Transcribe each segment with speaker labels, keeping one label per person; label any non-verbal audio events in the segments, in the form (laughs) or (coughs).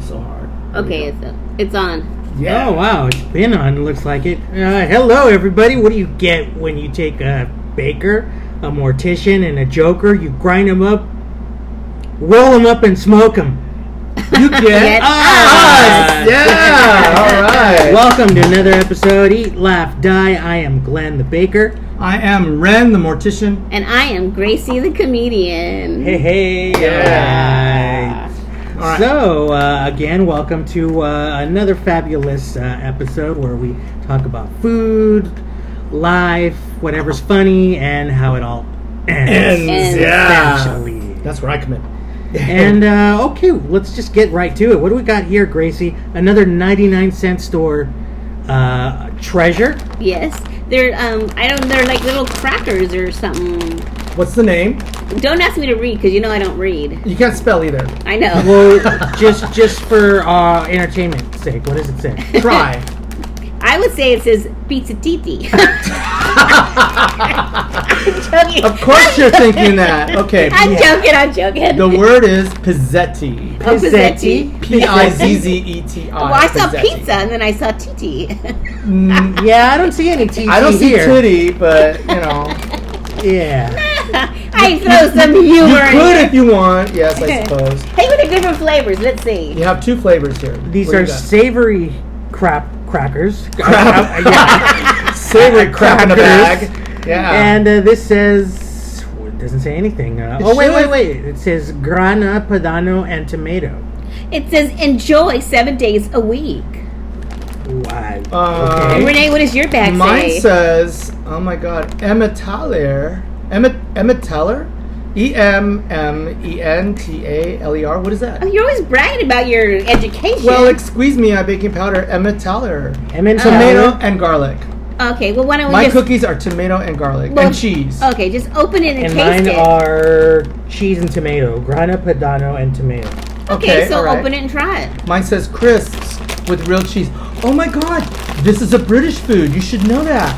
Speaker 1: so hard. There we
Speaker 2: Okay,
Speaker 1: go.
Speaker 2: it's up. It's on.
Speaker 1: Yeah.
Speaker 3: Oh wow, it's been on. Looks like it. Uh, hello, everybody. What do you get when you take a baker, a mortician, and a joker? You grind them up, roll them up, and smoke them.
Speaker 2: (laughs)
Speaker 3: You get,
Speaker 2: Get
Speaker 3: us. (laughs)
Speaker 2: us.
Speaker 3: Yeah.
Speaker 1: All right.
Speaker 3: Welcome to another episode. Eat, laugh, die. I am Glenn the baker.
Speaker 4: I am Ren, the mortician.
Speaker 2: And I am Gracie the comedian.
Speaker 3: Hey, hey.
Speaker 1: Yeah.
Speaker 3: All right.
Speaker 4: All right.
Speaker 3: So, uh, again, welcome to uh, another fabulous uh, episode where we talk about food, life, whatever's funny, and how it all Oh. ends.
Speaker 2: Ends.
Speaker 1: Yeah.
Speaker 3: Actually.
Speaker 4: That's where I come in.
Speaker 3: And uh, okay, let's just get right to it. What do we got here, Gracie? Another 99 cent store uh, treasure.
Speaker 2: Yes. They're um I don't they're like little crackers or something.
Speaker 4: (laughs) What's the name?
Speaker 2: Don't ask me to read cuz you know I don't read.
Speaker 4: You can't spell either.
Speaker 2: I know.
Speaker 3: (laughs) Well, just just for uh, entertainment sake, what does it say?
Speaker 4: Try.
Speaker 2: I would say it says
Speaker 4: (laughs)
Speaker 2: pizza titi. I'm joking.
Speaker 4: of course you're thinking that. Okay.
Speaker 2: (laughs) I'm joking. I'm joking.
Speaker 4: The word is pizzetti.
Speaker 2: Oh, pizzetti.
Speaker 4: P I Z Z E T I.
Speaker 2: (laughs) Well, I saw
Speaker 4: pizzetti.
Speaker 2: pizza and then I saw titi.
Speaker 4: Mm,
Speaker 3: (laughs) Yeah, I don't see any TT
Speaker 4: I don't see
Speaker 3: here.
Speaker 4: titty, but you know,
Speaker 3: (laughs) Yeah.
Speaker 2: (laughs) I throw some
Speaker 4: you
Speaker 2: humor. in
Speaker 4: could
Speaker 2: there.
Speaker 4: if you want. Yes, I suppose.
Speaker 2: Hey, what are different flavors? Let's see.
Speaker 4: You have two flavors here.
Speaker 3: These
Speaker 4: What
Speaker 3: are
Speaker 4: do you got?
Speaker 3: savory crap
Speaker 4: (laughs)
Speaker 3: crackers.
Speaker 4: Crap.
Speaker 3: Uh, (laughs)
Speaker 4: (laughs)
Speaker 3: yeah.
Speaker 4: savory crap in a
Speaker 3: crackers.
Speaker 4: bag. Yeah.
Speaker 3: And uh, this says well, it doesn't say anything. Uh,
Speaker 4: It
Speaker 3: oh wait, wait,
Speaker 4: should.
Speaker 3: wait. It says grana padano and tomato.
Speaker 2: It says enjoy seven days a week.
Speaker 3: Wow.
Speaker 4: Uh,
Speaker 3: okay.
Speaker 2: And Renee, what does your bag
Speaker 4: Mine
Speaker 2: say?
Speaker 4: says, oh my god, Emma Teller. Emma, Emma Teller? E M M E N T A L E R. What is that?
Speaker 2: Oh, you're always bragging about your education.
Speaker 4: Well, excuse me, I baking powder. Emma Teller.
Speaker 3: M and
Speaker 4: Tomato
Speaker 3: tomato
Speaker 4: and garlic.
Speaker 2: okay. Well, why don't we
Speaker 4: My
Speaker 2: just
Speaker 4: cookies are tomato and garlic
Speaker 2: Oh, Well, oh,
Speaker 4: and cheese.
Speaker 2: okay? Just open it and,
Speaker 3: and
Speaker 2: taste
Speaker 3: mine
Speaker 2: it.
Speaker 3: are cheese and tomato. Grana padano and tomato.
Speaker 2: okay, so
Speaker 4: all right.
Speaker 2: open it and try it.
Speaker 4: Mine says crisps with real cheese. Oh my god, this is a British food. You should know that.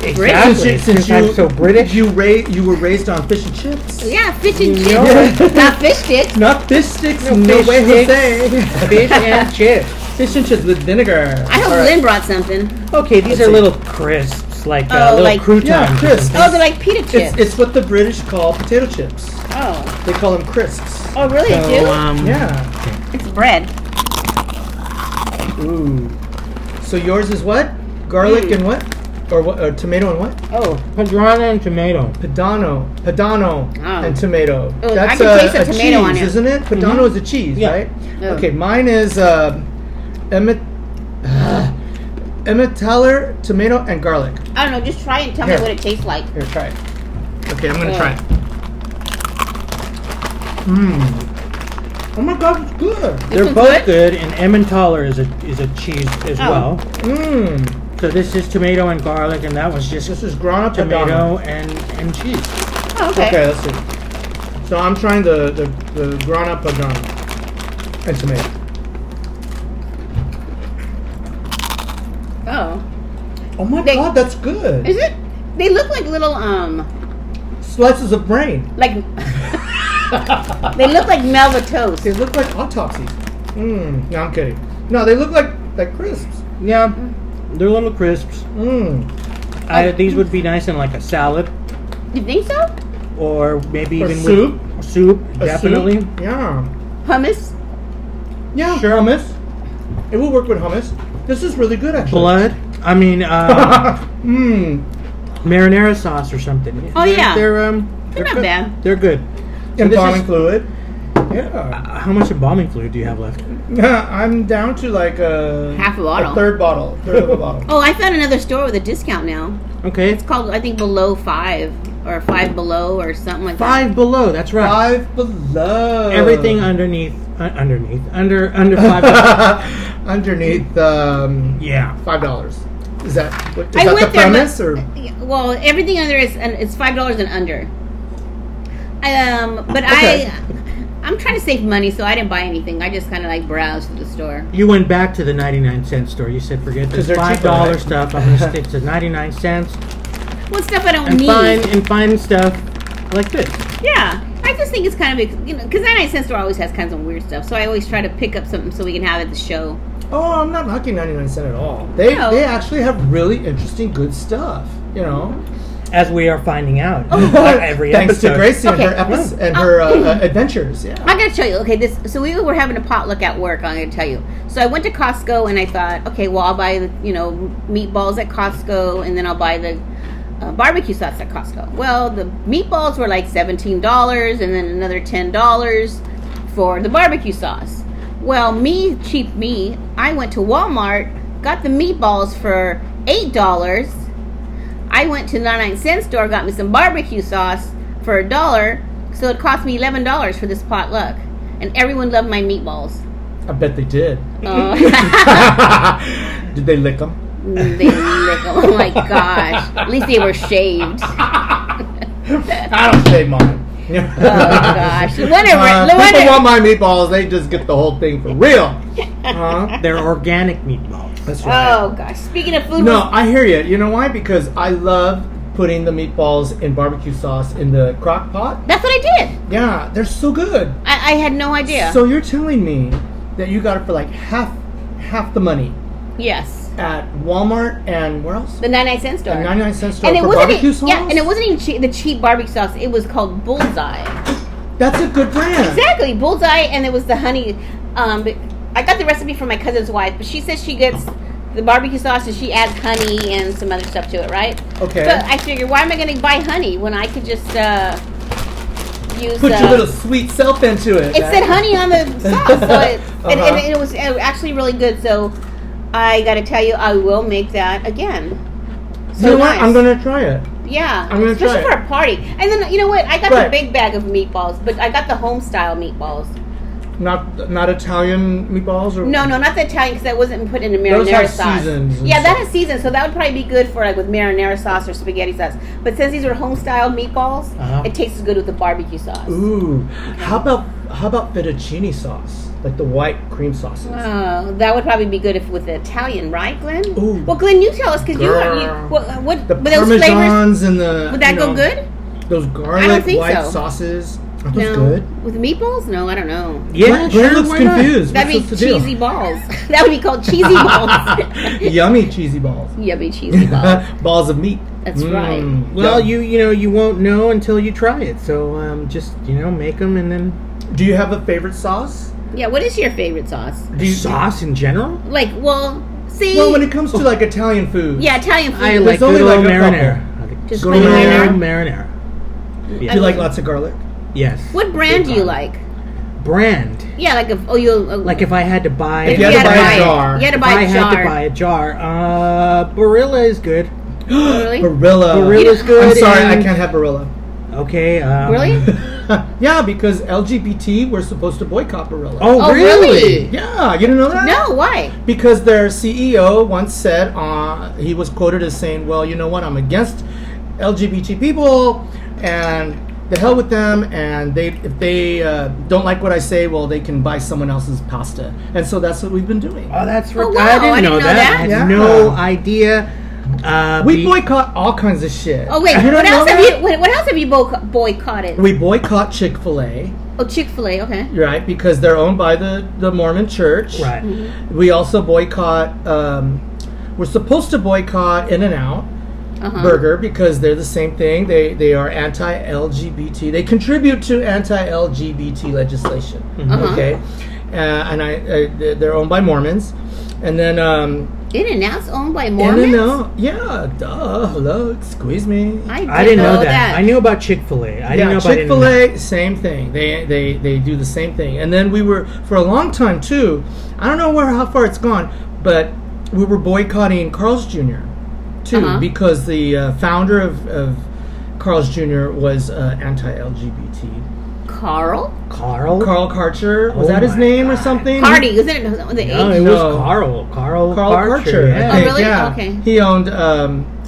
Speaker 4: Since you-
Speaker 3: Exactly. Since, I'm so British.
Speaker 4: (laughs) you ra- you were raised on fish and chips.
Speaker 2: Yeah, fish and chips.
Speaker 4: know.
Speaker 2: Not fish sticks.
Speaker 4: Not fish sticks, no,
Speaker 3: fish
Speaker 4: way,
Speaker 3: sticks.
Speaker 4: Jose.
Speaker 3: Fish and chips.
Speaker 4: Fish and chips with vinegar.
Speaker 2: I hope
Speaker 4: All right.
Speaker 2: Lynn brought something.
Speaker 3: Okay,
Speaker 4: Let's
Speaker 3: these are
Speaker 4: see.
Speaker 3: little crisps, like uh,
Speaker 2: Oh,
Speaker 3: little
Speaker 2: like-
Speaker 3: croutons.
Speaker 4: Yeah, crisps.
Speaker 2: Oh, they're like pita
Speaker 4: It's,
Speaker 2: chips.
Speaker 4: it's what the British call potato chips.
Speaker 2: oh,
Speaker 4: They call them crisps.
Speaker 2: oh, really?
Speaker 3: So,
Speaker 2: They do?
Speaker 3: um,
Speaker 4: Yeah.
Speaker 2: it's bread.
Speaker 4: Ooh. So yours is what? Garlic
Speaker 2: Mm.
Speaker 4: and what? Or what? Or tomato and what?
Speaker 3: Oh, padrana and tomato.
Speaker 4: Padano. Padano
Speaker 2: Oh.
Speaker 4: and tomato.
Speaker 2: Oh, I
Speaker 4: That's
Speaker 2: can
Speaker 4: a,
Speaker 2: taste the
Speaker 4: a
Speaker 2: tomato
Speaker 4: cheese,
Speaker 2: on it.
Speaker 4: isn't it? Padano is a cheese,
Speaker 3: Yeah.
Speaker 4: right?
Speaker 2: Oh.
Speaker 4: Okay, mine is uh, Emmett. (sighs) Emmett Teller, tomato and garlic.
Speaker 2: I don't know. Just try it and tell
Speaker 4: Here.
Speaker 2: me what it tastes like.
Speaker 4: Here, try it. Okay, I'm gonna
Speaker 2: Yeah.
Speaker 4: try it. Mmm. Oh my god, it's good.
Speaker 3: They're
Speaker 2: one's
Speaker 3: both good, and Emmentaler is a is a cheese as
Speaker 2: Oh.
Speaker 3: well.
Speaker 4: Mmm.
Speaker 3: So this is tomato and garlic, and that was
Speaker 4: This
Speaker 3: just
Speaker 4: is grana padano.
Speaker 3: tomato and, and cheese.
Speaker 2: Oh, okay.
Speaker 4: Okay, let's see. So I'm trying the the, the grana padano and tomato.
Speaker 2: Oh,
Speaker 4: Oh my
Speaker 2: They-
Speaker 4: god, that's good.
Speaker 2: is it? They look like little um,
Speaker 4: Slices of brain.
Speaker 2: like (laughs) they look like Melva toast.
Speaker 4: They look like autopsies. Mmm. No, I'm kidding. No, they look like like crisps.
Speaker 3: Yeah, they're little crisps.
Speaker 4: Mmm.
Speaker 3: I, these would be nice in like a salad
Speaker 2: You think so?
Speaker 3: or maybe
Speaker 4: Or
Speaker 3: even
Speaker 4: soup.
Speaker 3: with soup. definitely.
Speaker 4: Yeah.
Speaker 2: Hummus.
Speaker 4: Yeah.
Speaker 3: Sure.
Speaker 4: Hummus. It will work with hummus. This is really good actually.
Speaker 3: Blood. I
Speaker 4: (laughs)
Speaker 3: mean, uh,
Speaker 4: Mmm.
Speaker 3: marinara sauce or something.
Speaker 2: Oh,
Speaker 3: They're-
Speaker 2: yeah.
Speaker 3: they're um,
Speaker 2: They're
Speaker 3: they're
Speaker 2: not
Speaker 3: good.
Speaker 2: bad.
Speaker 3: They're good. So
Speaker 4: and
Speaker 3: this
Speaker 4: bombing
Speaker 3: is- Uh,
Speaker 4: fluid. Yeah.
Speaker 3: How much embalming fluid do you have left?
Speaker 4: (laughs) I'm down to like a
Speaker 2: Half a bottle.
Speaker 4: third bottle, third of a bottle.
Speaker 2: (laughs) Oh, I found another store with a discount now.
Speaker 3: Okay,
Speaker 2: It's called, I think, Below Five or Five Below or something like
Speaker 3: five below. That's right.
Speaker 4: Five below. (laughs)
Speaker 3: Everything underneath, uh, underneath, under under five. below.
Speaker 4: underneath um,
Speaker 3: yeah.
Speaker 4: five dollars. Is that what, is
Speaker 2: that. I
Speaker 4: that the
Speaker 2: went there, but-
Speaker 4: premise or
Speaker 2: well, everything under is and it's five dollars and under. Um, but
Speaker 4: Okay.
Speaker 2: I, I'm trying to save money, so I didn't buy anything. I just kind of like browsed through the store.
Speaker 3: You went back to the ninety-nine cent store. You said, "Forget this
Speaker 4: they're
Speaker 3: five
Speaker 4: cheaper, (laughs)
Speaker 3: dollar
Speaker 4: right?
Speaker 3: stuff. I'm gonna stick to ninety-nine cents
Speaker 2: Well, stuff I don't
Speaker 3: and
Speaker 2: need.
Speaker 3: find and find stuff like this."
Speaker 2: Yeah, I just think it's kind of you know because that night store always has kinds of weird stuff, so I always try to pick up something so we can have at the show.
Speaker 4: Oh, I'm not knocking 99 cent at all. They
Speaker 2: No.
Speaker 4: they actually have really interesting good stuff. You know,
Speaker 3: as we are finding out
Speaker 4: (laughs)
Speaker 3: every
Speaker 4: Oh, thanks
Speaker 3: episode.
Speaker 4: to Gracie and her
Speaker 2: Okay. Oh.
Speaker 4: episodes and her uh, uh,
Speaker 2: (laughs)
Speaker 4: adventures. Yeah.
Speaker 2: I gotta tell you, okay, this so we were having a potluck at work. I'm gonna tell you. So I went to Costco and I thought, okay, well I'll buy the you know meatballs at Costco and then I'll buy the uh, barbecue sauce at Costco. Well, the meatballs were like seventeen dollars and then another ten dollars for the barbecue sauce. Well, me cheap me, I went to Walmart, got the meatballs for eight dollars. I went to the 99 cent store, got me some barbecue sauce for a dollar, so it cost me $11 for this potluck. And everyone loved
Speaker 4: (laughs)
Speaker 2: my meatballs.
Speaker 4: I bet they did.
Speaker 2: (laughs)
Speaker 4: (laughs)
Speaker 2: Oh,
Speaker 4: did they lick them?
Speaker 2: they lick 'em. Oh my gosh. At least they were shaved.
Speaker 4: I don't say mine.
Speaker 2: Oh
Speaker 4: (laughs)
Speaker 2: gosh. No wonder,
Speaker 4: Uh,
Speaker 2: no
Speaker 4: people want my
Speaker 2: wonder,
Speaker 4: meatballs. They just get the whole thing for
Speaker 2: (laughs)
Speaker 4: real. Huh?
Speaker 3: They're organic meatballs.
Speaker 4: That's right.
Speaker 2: oh gosh. Speaking of food,
Speaker 4: No, I hear you. You know why? Because I love putting the meatballs in barbecue sauce in the crock pot.
Speaker 2: that's what I did.
Speaker 4: Yeah, they're so good.
Speaker 2: I, I had no idea.
Speaker 4: So you're telling me that you got it for like half half the money
Speaker 2: yes.
Speaker 4: at Walmart and where else?
Speaker 2: The 99 cent store.
Speaker 4: A 99 cent store
Speaker 2: and it
Speaker 4: for
Speaker 2: wasn't
Speaker 4: barbecue
Speaker 2: e-
Speaker 4: sauce?
Speaker 2: yeah, and it wasn't even cheap, the cheap barbecue sauce. It was called Bullseye.
Speaker 4: That's a good brand.
Speaker 2: Exactly, bullseye, and it was the honey. Um, I got the recipe from my cousin's wife, but she says she gets the barbecue sauce and she adds honey and some other stuff to it, right?
Speaker 4: Okay.
Speaker 2: But I figured, why am I going to buy honey when I could just uh, use?
Speaker 4: Put
Speaker 2: uh,
Speaker 4: your little sweet self into it.
Speaker 2: it said honey on the
Speaker 4: (laughs)
Speaker 2: sauce, so it, and,
Speaker 4: Uh-huh.
Speaker 2: and it was uh, actually really good. So I got to tell you, I will make that again.
Speaker 4: You know what?
Speaker 2: nice.
Speaker 4: I'm gonna try it.
Speaker 2: Yeah,
Speaker 4: I'm gonna
Speaker 2: especially
Speaker 4: try it.
Speaker 2: for a party. And then you know what? I got the
Speaker 4: Right.
Speaker 2: big bag of meatballs, but I got the home style meatballs.
Speaker 4: Not not Italian meatballs or
Speaker 2: No, no, not the Italian because that wasn't put in a marinara
Speaker 4: Those have
Speaker 2: sauce.
Speaker 4: seasons and
Speaker 2: yeah, that
Speaker 4: stuff.
Speaker 2: has seasons, so that would probably be good for like with marinara sauce or spaghetti sauce. But since these are home style meatballs,
Speaker 3: Uh-huh.
Speaker 2: it tastes good with the barbecue sauce.
Speaker 4: Ooh, how about how about fettuccine sauce, like the white cream sauces?
Speaker 2: Oh, that would probably be good if with the Italian, right, Glenn?
Speaker 4: Ooh.
Speaker 2: Well, Glenn, you tell us because you, are-
Speaker 4: Girl.
Speaker 2: you what, what
Speaker 4: The
Speaker 2: but those flavors
Speaker 4: parmesans and the
Speaker 2: would that
Speaker 4: you
Speaker 2: go
Speaker 4: know,
Speaker 2: good?
Speaker 4: Those
Speaker 2: don't
Speaker 4: garlic
Speaker 2: think
Speaker 4: white
Speaker 2: so.
Speaker 4: sauces are
Speaker 2: no,
Speaker 4: those good?
Speaker 2: with meatballs? No, I don't know.
Speaker 3: Yeah,
Speaker 4: Glenn- Glenn
Speaker 3: sure.
Speaker 4: looks
Speaker 3: why not?
Speaker 4: confused.
Speaker 2: That'd be
Speaker 4: What's supposed to do?
Speaker 2: cheesy balls. (laughs) that would be called cheesy balls. (laughs)
Speaker 4: Yummy cheesy balls. (laughs)
Speaker 2: Yummy cheesy balls.
Speaker 4: balls of meat.
Speaker 2: That's right.
Speaker 3: Well,
Speaker 4: Yum.
Speaker 3: you you know you won't know until you try it. So um, just you know make them and then
Speaker 4: do you have a favorite sauce?
Speaker 2: Yeah, what is your favorite sauce?
Speaker 4: Do you,
Speaker 3: sauce in general.
Speaker 2: Like, well, see,
Speaker 4: Well, when it comes to like Italian food,
Speaker 2: yeah, Italian food.
Speaker 3: I
Speaker 4: There's
Speaker 3: like good
Speaker 4: only
Speaker 3: old
Speaker 4: like a couple.
Speaker 3: marinara. I like
Speaker 2: Just
Speaker 3: good
Speaker 4: plain
Speaker 3: old
Speaker 4: marinara?
Speaker 3: marinara.
Speaker 4: do
Speaker 3: Yeah.
Speaker 4: you like lots of garlic?
Speaker 3: Yes.
Speaker 2: What brand do you like?
Speaker 3: brand?
Speaker 2: Yeah, like if oh you
Speaker 3: Like if I had to buy,
Speaker 4: If you had to buy a
Speaker 2: it.
Speaker 4: jar.
Speaker 2: you had to
Speaker 3: if
Speaker 2: buy
Speaker 3: I
Speaker 2: a
Speaker 3: had to
Speaker 2: jar.
Speaker 3: buy a jar, uh, Barilla is good.
Speaker 2: (gasps) Really?
Speaker 4: Barilla.
Speaker 3: Barilla's good.
Speaker 4: I'm Oh. sorry, I
Speaker 3: and-
Speaker 4: can't have Barilla. (laughs)
Speaker 3: Okay. Um,
Speaker 2: (laughs) really?
Speaker 4: yeah, because LGBT, we're supposed to boycott Barilla.
Speaker 3: Oh,
Speaker 2: Oh,
Speaker 3: really?
Speaker 2: really?
Speaker 4: Yeah, you didn't know that?
Speaker 2: no, why?
Speaker 4: Because their CEO once said, uh, he was quoted as saying, well, you know what, I'm against LGBT people and the hell with them. And they, if they uh, don't like what I say, well, they can buy someone else's pasta. And so that's what we've been doing.
Speaker 3: Oh, that's right.
Speaker 2: Oh, wow,
Speaker 3: I didn't, know, that. I had
Speaker 4: Yeah.
Speaker 3: no idea. Uh,
Speaker 4: we
Speaker 3: be-
Speaker 4: boycott all kinds of shit.
Speaker 2: Oh
Speaker 4: (laughs)
Speaker 2: wait,
Speaker 4: You don't
Speaker 2: what
Speaker 4: know
Speaker 2: else have
Speaker 4: that?
Speaker 2: you? What, what else have you bo- boycotted?
Speaker 4: We boycott Chick fil A,
Speaker 2: Oh, Chick Fil A. Okay.
Speaker 4: right? Because they're owned by the, the Mormon church.
Speaker 3: right.
Speaker 4: We also boycott. Um, we're supposed to boycott In and Out
Speaker 2: Uh-huh.
Speaker 4: Burger because they're the same thing. They they are anti-LGBT. They contribute to anti-LGBT legislation.
Speaker 2: Uh-huh.
Speaker 4: Okay, uh, and I, I they're- they're owned by Mormons, and then um,
Speaker 2: In and Out's owned by
Speaker 4: In
Speaker 2: Mormons.
Speaker 4: and Out. Yeah, duh. Hello, excuse me.
Speaker 2: I, didn't
Speaker 3: I didn't know that. I knew about Chick Fil A. I didn't know
Speaker 4: yeah,
Speaker 3: about
Speaker 4: Chick Fil A, same thing. They they they do the same thing. And then we were for a long time too. I don't know where how far it's gone, but we were boycotting Carl's Jr. too
Speaker 2: Uh-huh.
Speaker 4: because the uh, founder of, of Carl's Jr. was uh, anti-LGBT.
Speaker 2: Carl
Speaker 3: Carl.
Speaker 4: Carl Karcher was
Speaker 3: Oh
Speaker 4: that his
Speaker 3: my
Speaker 4: name or
Speaker 3: God.
Speaker 4: something?
Speaker 2: Party, isn't it? The the
Speaker 3: No, it
Speaker 2: age.
Speaker 3: was
Speaker 4: No.
Speaker 3: Carl. Carl.
Speaker 4: Carl
Speaker 3: Karcher,
Speaker 4: Karcher.
Speaker 3: yeah.
Speaker 4: I think,
Speaker 2: Oh, really?
Speaker 4: Yeah.
Speaker 2: Okay.
Speaker 4: He owned um,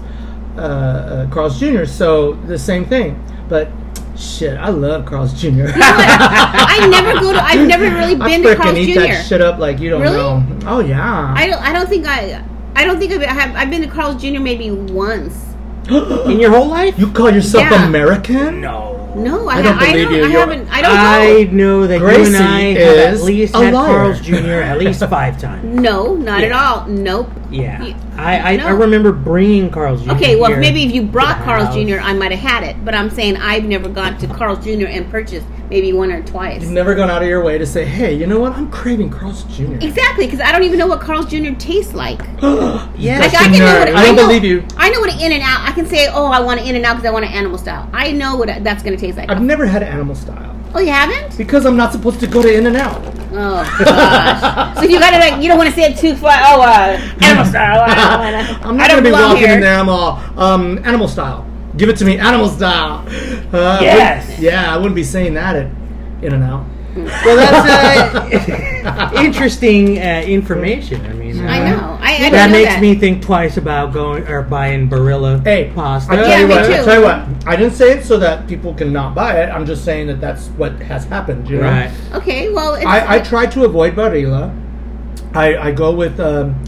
Speaker 4: uh, uh, Carl's Jr. So the same thing, but. Shit, I love Carl's Jr.
Speaker 2: (laughs) I never go to. I've never really been
Speaker 4: I
Speaker 2: to Carl's
Speaker 4: frickin' eat that
Speaker 2: Jr.
Speaker 4: shit up like you don't
Speaker 2: Really?
Speaker 4: know. Oh yeah. (gasps)
Speaker 2: I don't. I don't think I. I don't think I've, I have, I've been to Carl's Jr. maybe once.
Speaker 3: In your whole life?
Speaker 4: you call yourself
Speaker 2: Yeah.
Speaker 4: American?
Speaker 3: no.
Speaker 2: No, I,
Speaker 4: I don't
Speaker 2: ha- I
Speaker 4: believe
Speaker 2: don't,
Speaker 4: you.
Speaker 2: I
Speaker 4: You're-
Speaker 2: haven't. I don't
Speaker 3: I know that
Speaker 4: Gracie
Speaker 3: you and I have at
Speaker 4: is
Speaker 3: least
Speaker 4: a
Speaker 3: had
Speaker 4: liar.
Speaker 3: Carl's Jr. at least five times.
Speaker 2: know. No, not at
Speaker 3: Yeah.
Speaker 2: all. Nope.
Speaker 3: Yeah,
Speaker 2: You-
Speaker 3: I I, I
Speaker 2: No.
Speaker 3: remember bringing Carl's Jr.
Speaker 2: Okay, well,
Speaker 3: here
Speaker 2: maybe if you
Speaker 3: to
Speaker 2: brought
Speaker 3: the
Speaker 2: Carl's
Speaker 3: house. (laughs)
Speaker 2: Jr., I might have had it. But I'm saying I've never gone to Carl's Jr. and purchased maybe one or twice.
Speaker 4: You've never gone out of your way to say, hey, you know what? I'm craving Carl's Jr.
Speaker 2: Exactly, because I don't even know what Carl's Jr. tastes like.
Speaker 3: Yeah.
Speaker 2: Like
Speaker 4: Such
Speaker 2: I
Speaker 4: a
Speaker 2: can know
Speaker 4: nerd.
Speaker 2: what
Speaker 4: I don't believe you.
Speaker 2: I know what an In and Out. I can say, oh, I want an In and Out because I want an animal style. I know what that's going to taste like.
Speaker 4: I've never had animal style
Speaker 2: oh, you haven't?
Speaker 4: because I'm not supposed to go to In and Out. (laughs)
Speaker 2: Oh gosh. so you gotta like you don't want to say it too far. Oh, uh, animal style. I, don't
Speaker 4: (laughs) I'm
Speaker 2: wanna, I
Speaker 4: not
Speaker 2: don't
Speaker 4: gonna be
Speaker 2: belong
Speaker 4: walking
Speaker 2: here.
Speaker 4: in there. I'm all um, animal style. Give it to me, animal style. Uh, I
Speaker 3: Yes.
Speaker 4: wouldn't- Yeah, I wouldn't be saying that at In and Out.
Speaker 2: Mm.
Speaker 3: Well,
Speaker 4: (laughs)
Speaker 3: that's uh, (laughs)
Speaker 2: (laughs)
Speaker 3: interesting uh, information. I mean,
Speaker 2: I
Speaker 3: uh,
Speaker 2: know. I, I didn't
Speaker 3: That
Speaker 2: know
Speaker 3: makes
Speaker 2: that.
Speaker 3: me think twice about going or buying Barilla
Speaker 4: Hey,
Speaker 3: pasta.
Speaker 4: I tell
Speaker 2: Yeah,
Speaker 4: you
Speaker 2: me
Speaker 4: what. I
Speaker 2: too.
Speaker 4: tell you what. I didn't say it so that people cannot buy it. I'm just saying that that's what has happened. You know.
Speaker 3: Right.
Speaker 2: Okay, well, it's,
Speaker 4: I, I try to avoid Barilla. I, I go with, um,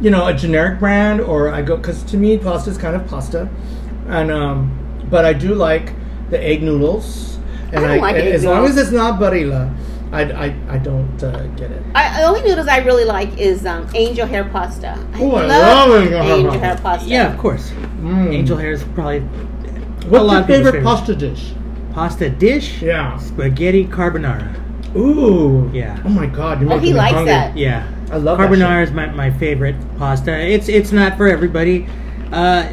Speaker 4: you know, a generic brand, or I go because to me pasta is kind of pasta, and um, but I do like the egg noodles. And eh,
Speaker 2: I don't like egg
Speaker 4: as long
Speaker 2: noodles.
Speaker 4: as it's not Barilla, I, I, I don't uh, get it.
Speaker 2: I, the only noodles I really like is um, angel hair pasta. I
Speaker 4: Ooh, I love
Speaker 2: love
Speaker 4: angel hair
Speaker 2: angel
Speaker 4: pasta.
Speaker 2: hair pasta.
Speaker 3: Yeah, of course.
Speaker 4: Mm.
Speaker 3: Angel hair is probably a
Speaker 4: What's
Speaker 3: lot
Speaker 4: your
Speaker 3: of people's
Speaker 4: favorite pasta dish?
Speaker 3: pasta dish.
Speaker 4: Yeah.
Speaker 3: Spaghetti carbonara.
Speaker 4: Ooh.
Speaker 3: Yeah.
Speaker 4: Oh my God. You're
Speaker 2: Oh,
Speaker 4: making
Speaker 2: he
Speaker 4: me
Speaker 2: likes
Speaker 4: hungry.
Speaker 2: that.
Speaker 3: Yeah.
Speaker 4: I love that
Speaker 3: carbonara is my, my favorite pasta. It's it's not for everybody. Uh,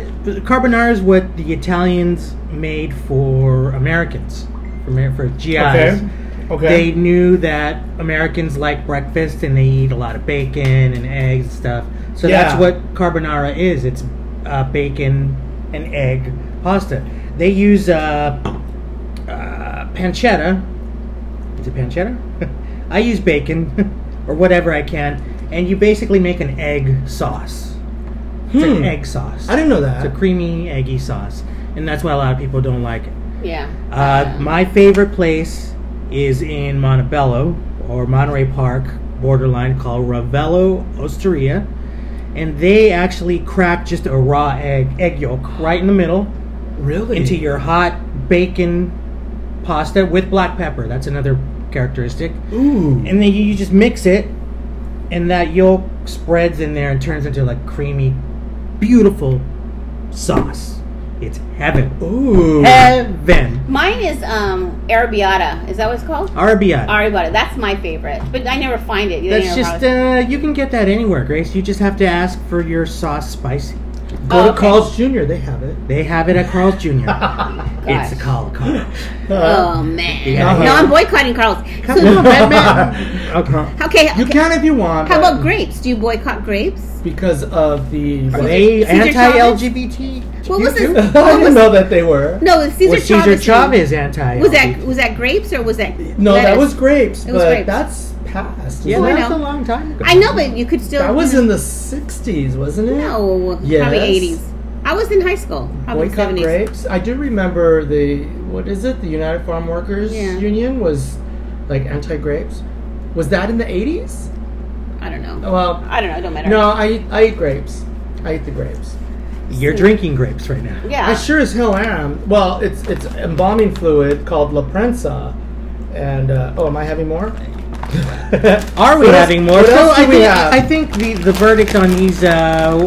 Speaker 3: carbonara is what the Italians made for Americans, for Amer- for GIs.
Speaker 4: Okay. Okay.
Speaker 3: They knew that Americans like breakfast and they eat a lot of bacon and eggs and stuff. So
Speaker 4: Yeah.
Speaker 3: that's what carbonara is. It's uh, bacon and egg pasta. They use uh, uh, pancetta. Is it pancetta? (laughs) I use bacon (laughs) or whatever I can, and you basically make an egg sauce. It's
Speaker 4: Hmm.
Speaker 3: an egg sauce.
Speaker 4: I didn't know that.
Speaker 3: It's a creamy, eggy sauce, and that's why a lot of people don't like it.
Speaker 2: Yeah.
Speaker 3: Uh, my favorite place is in Montebello or Monterey Park borderline called Ravello Osteria. And they actually crack just a raw egg, egg yolk, right in the middle
Speaker 4: really
Speaker 3: into your hot bacon pasta with black pepper. That's another characteristic.
Speaker 4: Ooh.
Speaker 3: And then you, you just mix it, and that yolk spreads in there and turns into like creamy, beautiful sauce. It's heaven.
Speaker 4: Ooh.
Speaker 3: Heaven.
Speaker 2: Mine is um, arabiata. Is that what it's called?
Speaker 3: Uh, Arabia.
Speaker 2: Arabiata. That's my favorite, but I never find it. They
Speaker 3: That's
Speaker 2: never
Speaker 3: just
Speaker 2: probably-
Speaker 3: uh, you can get that anywhere, Grace. You just have to ask for your sauce spicy.
Speaker 4: Go
Speaker 2: Oh,
Speaker 4: to
Speaker 3: uh,
Speaker 2: okay.
Speaker 4: Carl's Jr. They have it.
Speaker 3: They have it at Carl's Jr.
Speaker 2: (laughs)
Speaker 3: (laughs) it's a call, call.
Speaker 2: Oh man!
Speaker 3: Yeah.
Speaker 2: No,
Speaker 4: Uh-huh.
Speaker 2: I'm boycotting Carl's.
Speaker 3: Come
Speaker 2: So-
Speaker 3: on, Batman.
Speaker 2: (laughs)
Speaker 3: Okay.
Speaker 2: Okay.
Speaker 4: You
Speaker 2: okay.
Speaker 4: can if you want.
Speaker 2: How
Speaker 4: but
Speaker 2: about grapes? Do you boycott grapes?
Speaker 4: Because of the.
Speaker 2: (laughs)
Speaker 3: Are they
Speaker 2: Caesar Chavez?
Speaker 3: anti-LGBT?
Speaker 2: What was
Speaker 4: I
Speaker 2: this? What
Speaker 4: didn't
Speaker 2: was,
Speaker 4: know that they were.
Speaker 2: no, it was Caesar,
Speaker 3: Was Caesar
Speaker 2: Chavez.
Speaker 3: Chavez anti?
Speaker 2: Was that was that grapes or was that?
Speaker 4: No, that
Speaker 2: lettuce?
Speaker 4: was grapes,
Speaker 2: It
Speaker 4: but
Speaker 2: was grapes.
Speaker 4: that's past.
Speaker 3: Yeah,
Speaker 4: isn't
Speaker 2: I
Speaker 4: it?
Speaker 3: that's
Speaker 2: know.
Speaker 3: a long time ago.
Speaker 2: I know, but you could still.
Speaker 4: that was in the 60s, wasn't it?
Speaker 2: no,
Speaker 4: Yes.
Speaker 2: probably eighties. I was in high school, probably
Speaker 4: Boycott
Speaker 2: seventies.
Speaker 4: grapes. I do remember the. What is it? The United Farm Workers
Speaker 2: Yeah.
Speaker 4: Union was like anti grapes. Was that in the 80s?
Speaker 2: I don't know.
Speaker 4: Well,
Speaker 2: I don't know. It don't matter.
Speaker 4: no, I, eat- I eat grapes. I eat the grapes.
Speaker 3: You're drinking grapes right now.
Speaker 2: Yeah.
Speaker 4: I sure as hell am. Well, it's it's embalming fluid called La Prensa, and uh, oh, am I having more?
Speaker 3: (laughs) Are we
Speaker 4: What else-
Speaker 3: having more?
Speaker 4: What
Speaker 3: So
Speaker 4: else do
Speaker 3: I
Speaker 4: we
Speaker 3: think,
Speaker 4: have?
Speaker 3: I think the, the verdict on these uh,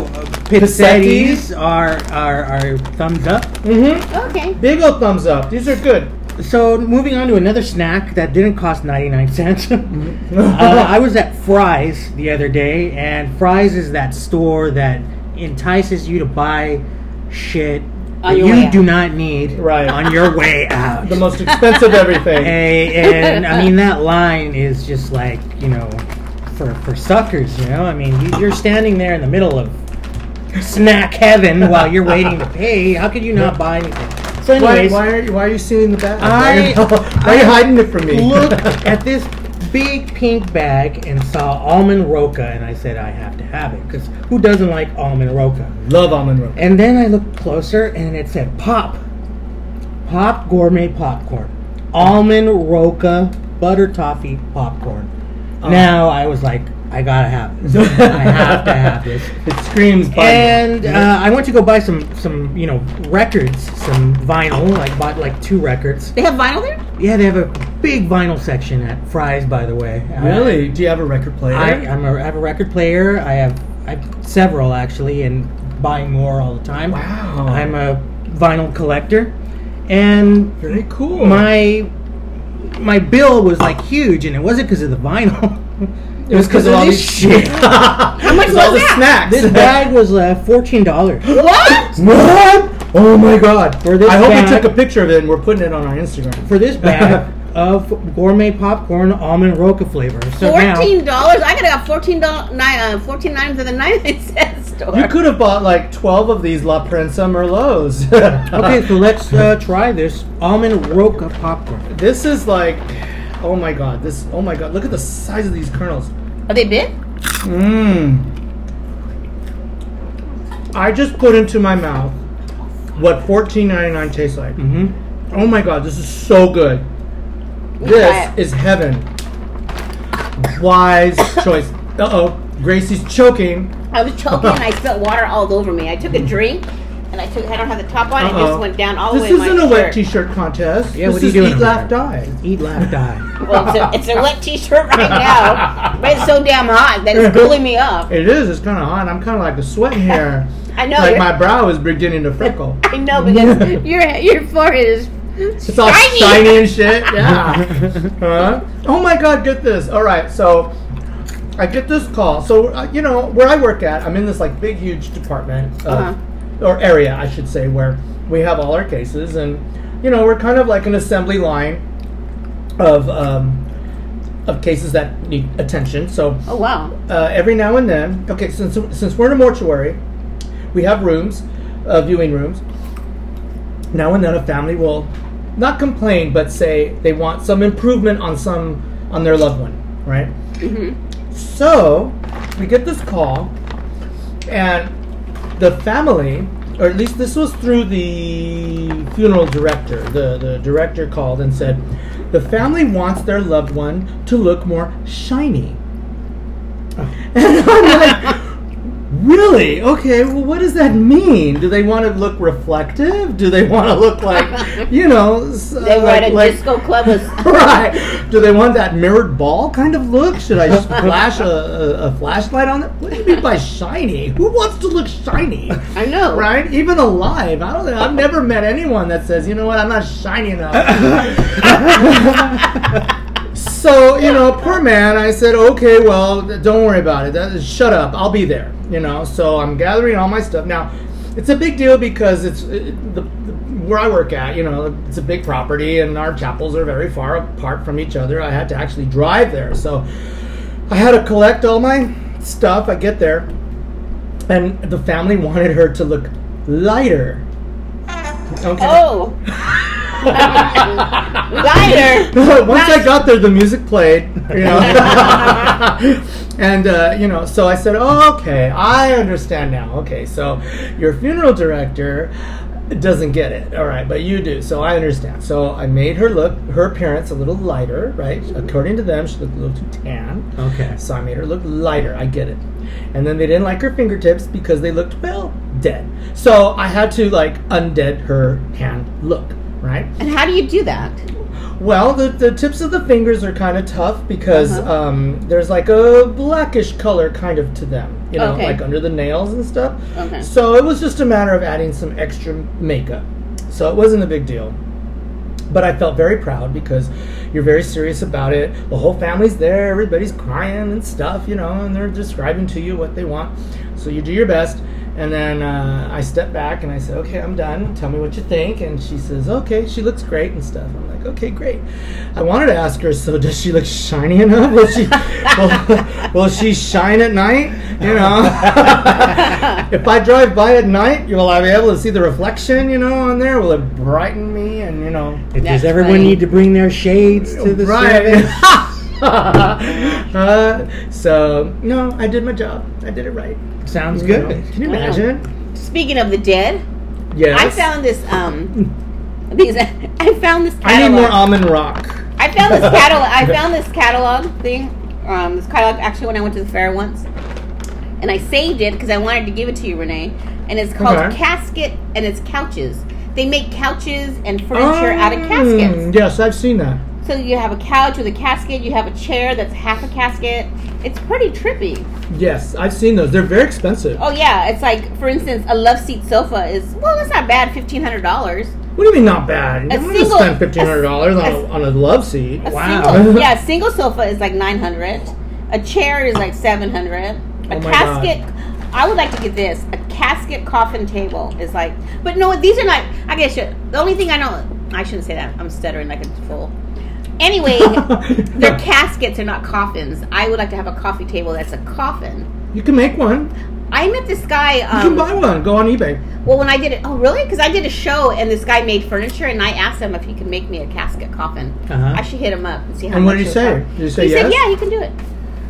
Speaker 4: Pizzettis?
Speaker 3: pizzettis are, are are thumbs up.
Speaker 4: mm-hmm.
Speaker 2: okay.
Speaker 4: Big old thumbs up. These are good.
Speaker 3: So moving on to another snack that didn't cost 99 cents. (laughs) uh, I was at Fry's the other day, and Fry's is that store that entices you to buy shit
Speaker 2: On
Speaker 3: that
Speaker 2: your
Speaker 3: you
Speaker 2: way out.
Speaker 3: do not need
Speaker 4: Right.
Speaker 3: on your way out.
Speaker 4: The
Speaker 3: (laughs)
Speaker 4: most expensive everything.
Speaker 3: A- and I mean that line is just like you know, for for suckers. You know, I mean you, you're standing there in the middle of snack heaven while you're waiting to pay. How could you not buy anything? So,
Speaker 4: Why,
Speaker 3: anyways,
Speaker 4: why are you Why are you sealing the bag?
Speaker 3: I-
Speaker 4: why, are you, (laughs) why are you
Speaker 3: I
Speaker 4: hiding it from me? (laughs)
Speaker 3: looked at this big pink bag and saw almond roca, and I said I have to have it because who doesn't like almond roca?
Speaker 4: Love almond rope.
Speaker 3: And then I looked closer, and it said pop, pop gourmet popcorn, almond roca butter toffee popcorn. Now I was like, I gotta
Speaker 4: (laughs)
Speaker 3: have this. I have to have this.
Speaker 4: It screams. Biden.
Speaker 3: And uh, I went to go buy some some you know records, some vinyl. I bought like two records.
Speaker 2: They have vinyl there?
Speaker 3: Yeah, they have a big vinyl section at Fry's, by the way. Uh,
Speaker 4: really, do you have a record player?
Speaker 3: I, uh, I'm a, I have a record player. I have I have several actually, and buying more all the time.
Speaker 4: wow.
Speaker 3: I'm a vinyl collector, and
Speaker 4: very cool.
Speaker 3: my my bill was like huge, and it wasn't because of the vinyl. (laughs) it was because of all this shit. (laughs)
Speaker 4: How
Speaker 2: much
Speaker 4: all
Speaker 2: was
Speaker 4: the
Speaker 2: that?
Speaker 4: snacks?
Speaker 3: this bag was uh, fourteen dollars.
Speaker 2: What?
Speaker 4: What? Oh (gasps) my god.
Speaker 3: For this
Speaker 4: I hope
Speaker 3: bag-
Speaker 4: we took a picture of it and we're putting it on our Instagram. (laughs)
Speaker 3: for this bag of gourmet popcorn almond roca flavor. So
Speaker 2: Fourteen dollars? I could have got fourteen dollars, uh, fourteen nines of the (laughs) ninety-nine cent store.
Speaker 4: You could have bought like 12 of these La Prensa Merlots.
Speaker 3: now, (laughs) okay, so let's uh, try this almond roca popcorn.
Speaker 4: (laughs) This is like, oh my god, this, oh my god, look at the size of these kernels.
Speaker 2: Are they big?
Speaker 4: Mmm. I just put into my mouth what fourteen ninety nine tastes like.
Speaker 3: hmm
Speaker 4: Oh my god, this is so good. This
Speaker 2: it.
Speaker 4: is heaven.
Speaker 2: (coughs)
Speaker 4: Wise choice. Uh oh, Gracie's choking.
Speaker 2: I was
Speaker 4: (laughs)
Speaker 2: choking and I spilled water all over me. I took a drink and I took I don't have the top on. It
Speaker 4: Uh-oh.
Speaker 2: just went down all the
Speaker 4: this
Speaker 2: way.
Speaker 4: isn't
Speaker 2: my
Speaker 4: a wet
Speaker 2: shirt.
Speaker 4: t-shirt contest.
Speaker 3: Yeah,
Speaker 4: this
Speaker 3: what are you
Speaker 4: is
Speaker 3: doing
Speaker 4: Eat,
Speaker 3: over
Speaker 4: laugh,
Speaker 3: there?
Speaker 4: die.
Speaker 3: Eat,
Speaker 4: (laughs)
Speaker 3: laugh, die.
Speaker 2: Well, it's a, it's a wet T-shirt right now, but it's so damn hot that it's cooling me up.
Speaker 4: It is. It's kind of hot. I'm kind of like a
Speaker 2: (laughs)
Speaker 4: sweat hair.
Speaker 2: I know.
Speaker 4: like
Speaker 2: you're-
Speaker 4: my brow is beginning to freckle.
Speaker 2: I
Speaker 4: (laughs)
Speaker 2: know because your your forehead is
Speaker 4: It's all
Speaker 2: shiny.
Speaker 4: shiny and
Speaker 2: (laughs)
Speaker 4: shit. Yeah. huh? Oh my god, get this. All right, so I get this call. So uh, you know where I work at, I'm in this like big, huge department of,
Speaker 2: Uh-huh.
Speaker 4: or area, I should say, where we have all our cases, and you know we're kind of like an assembly line of um, of cases that need attention. So
Speaker 2: Oh wow!
Speaker 4: uh, every now and then. Okay, since since we're in a mortuary, we have rooms, uh, viewing rooms. Now and then, a family will not complain, but say they want some improvement on some on their loved one, right? So we get this call, and the family, or at least this was through the funeral director. The the director called and said. The family wants their loved one to look more shiny.
Speaker 2: Oh.
Speaker 4: And I'm like, really? Okay, well, what does that mean? Do they want to look reflective? Do they want to look
Speaker 2: (laughs)
Speaker 4: like, you know, s- uh,
Speaker 2: They were
Speaker 4: like,
Speaker 2: at a
Speaker 4: like-
Speaker 2: disco club with
Speaker 4: (laughs) right? Do they want that mirrored ball kind of look? Should I just flash a, a, a flashlight on it? What do you mean by shiny? Who wants to look shiny?
Speaker 2: I know.
Speaker 4: Right? Even alive. I don't know. I've never met anyone that says, you know what, I'm not shiny enough. so, you know, poor man, I said, okay, well, don't worry about it. That- Shut up. I'll be there. You know, so I'm gathering all my stuff. Now, it's a big deal because it's it, the, the, where I work at, you know, it's a big property and our chapels are very far apart from each other. I had to actually drive there. So I had to collect all my stuff. I get there and the family wanted her to look lighter. Okay.
Speaker 2: Oh,
Speaker 4: (laughs)
Speaker 2: lighter.
Speaker 4: Once I got there, the music played, you know, and uh, you know. So I said, oh, "Okay, I understand now. Okay, so your funeral director doesn't get it, all right, but you do. So I understand. So I made her look her appearance a little lighter, right? According to them, she looked a little too tan.
Speaker 3: Okay.
Speaker 4: So I made her look lighter. I get it. And then they didn't like her fingertips because they looked, well, dead. So I had to, like, undead her hand look, right?
Speaker 2: And how do you do that?
Speaker 4: Well, the, the tips of the fingers are kind of tough because
Speaker 2: Uh-huh.
Speaker 4: um, there's, like, a blackish color kind of to them, you know,
Speaker 2: Okay.
Speaker 4: like under the nails and stuff.
Speaker 2: Okay.
Speaker 4: So it was just a matter of adding some extra makeup. So it wasn't a big deal. But I felt very proud because you're very serious about it. The whole family's there, everybody's crying and stuff, you know, and they're describing to you what they want. So you do your best. And then uh, I step back and I said, okay, I'm done. Tell me what you think. And she says, okay, she looks great and stuff. I'm like, okay, great. I wanted to ask her, so does she look shiny enough? Will she, (laughs) will, will she shine at night? You know? (laughs) if I drive by at night, will I be able to see the reflection, you know, on there? Will it brighten me? And, you know,
Speaker 3: Does
Speaker 2: That's
Speaker 3: everyone
Speaker 2: funny.
Speaker 3: need to bring their shades
Speaker 4: Oh,
Speaker 3: to the service?
Speaker 4: (laughs) uh, so no, I did my job. I did it right.
Speaker 3: Sounds good.
Speaker 4: Can you
Speaker 2: Wow.
Speaker 4: imagine?
Speaker 2: Speaking of the dead,
Speaker 4: Yes.
Speaker 2: I found this um because (laughs) I, I found this. Catalog.
Speaker 4: I need more almond rock. (laughs)
Speaker 2: I found this catalog. I found this catalog thing Um, this catalog actually when I went to the fair once, and I saved it because I wanted to give it to you, Renee. And it's called
Speaker 4: Okay.
Speaker 2: Casket, and it's couches. They make couches and furniture out of caskets.
Speaker 4: Mm, Yes, I've seen that.
Speaker 2: So you have a couch with a casket. You have a chair that's half a casket. It's pretty trippy.
Speaker 4: Yes, I've seen those. They're very expensive.
Speaker 2: Oh yeah, it's like for instance, a love seat sofa is well, that's not bad, fifteen hundred dollars.
Speaker 4: What do you mean not bad? You
Speaker 2: A
Speaker 4: don't want to
Speaker 2: single-
Speaker 4: spend fifteen hundred dollars on,
Speaker 2: a-
Speaker 4: a- on a love seat. (laughs)
Speaker 2: A
Speaker 3: Wow.
Speaker 2: Single, yeah, a single sofa is like nine hundred. A chair is like seven hundred. A
Speaker 4: Oh my
Speaker 2: casket. I would like to get this. A casket coffin table is like, but no, these are not. I guess you, the only thing I know. I shouldn't say that. I'm stuttering like a fool.
Speaker 4: (laughs)
Speaker 2: Anyway, they're caskets. They're not coffins. I would like to have a coffee table that's a coffin.
Speaker 4: You can make one. You
Speaker 2: I met this guy. Um,
Speaker 4: can buy one. Go on eBay.
Speaker 2: Well, when I did it, oh really? Because I did a show and this guy made furniture, and I asked him if he could make me a casket coffin.
Speaker 3: Uh-huh.
Speaker 2: I should hit him up and see how.
Speaker 4: And what did
Speaker 2: much
Speaker 4: he
Speaker 2: it
Speaker 4: say?
Speaker 2: would cost.
Speaker 4: Did he say
Speaker 2: he
Speaker 4: yes?
Speaker 2: said, "Yeah, he can do it."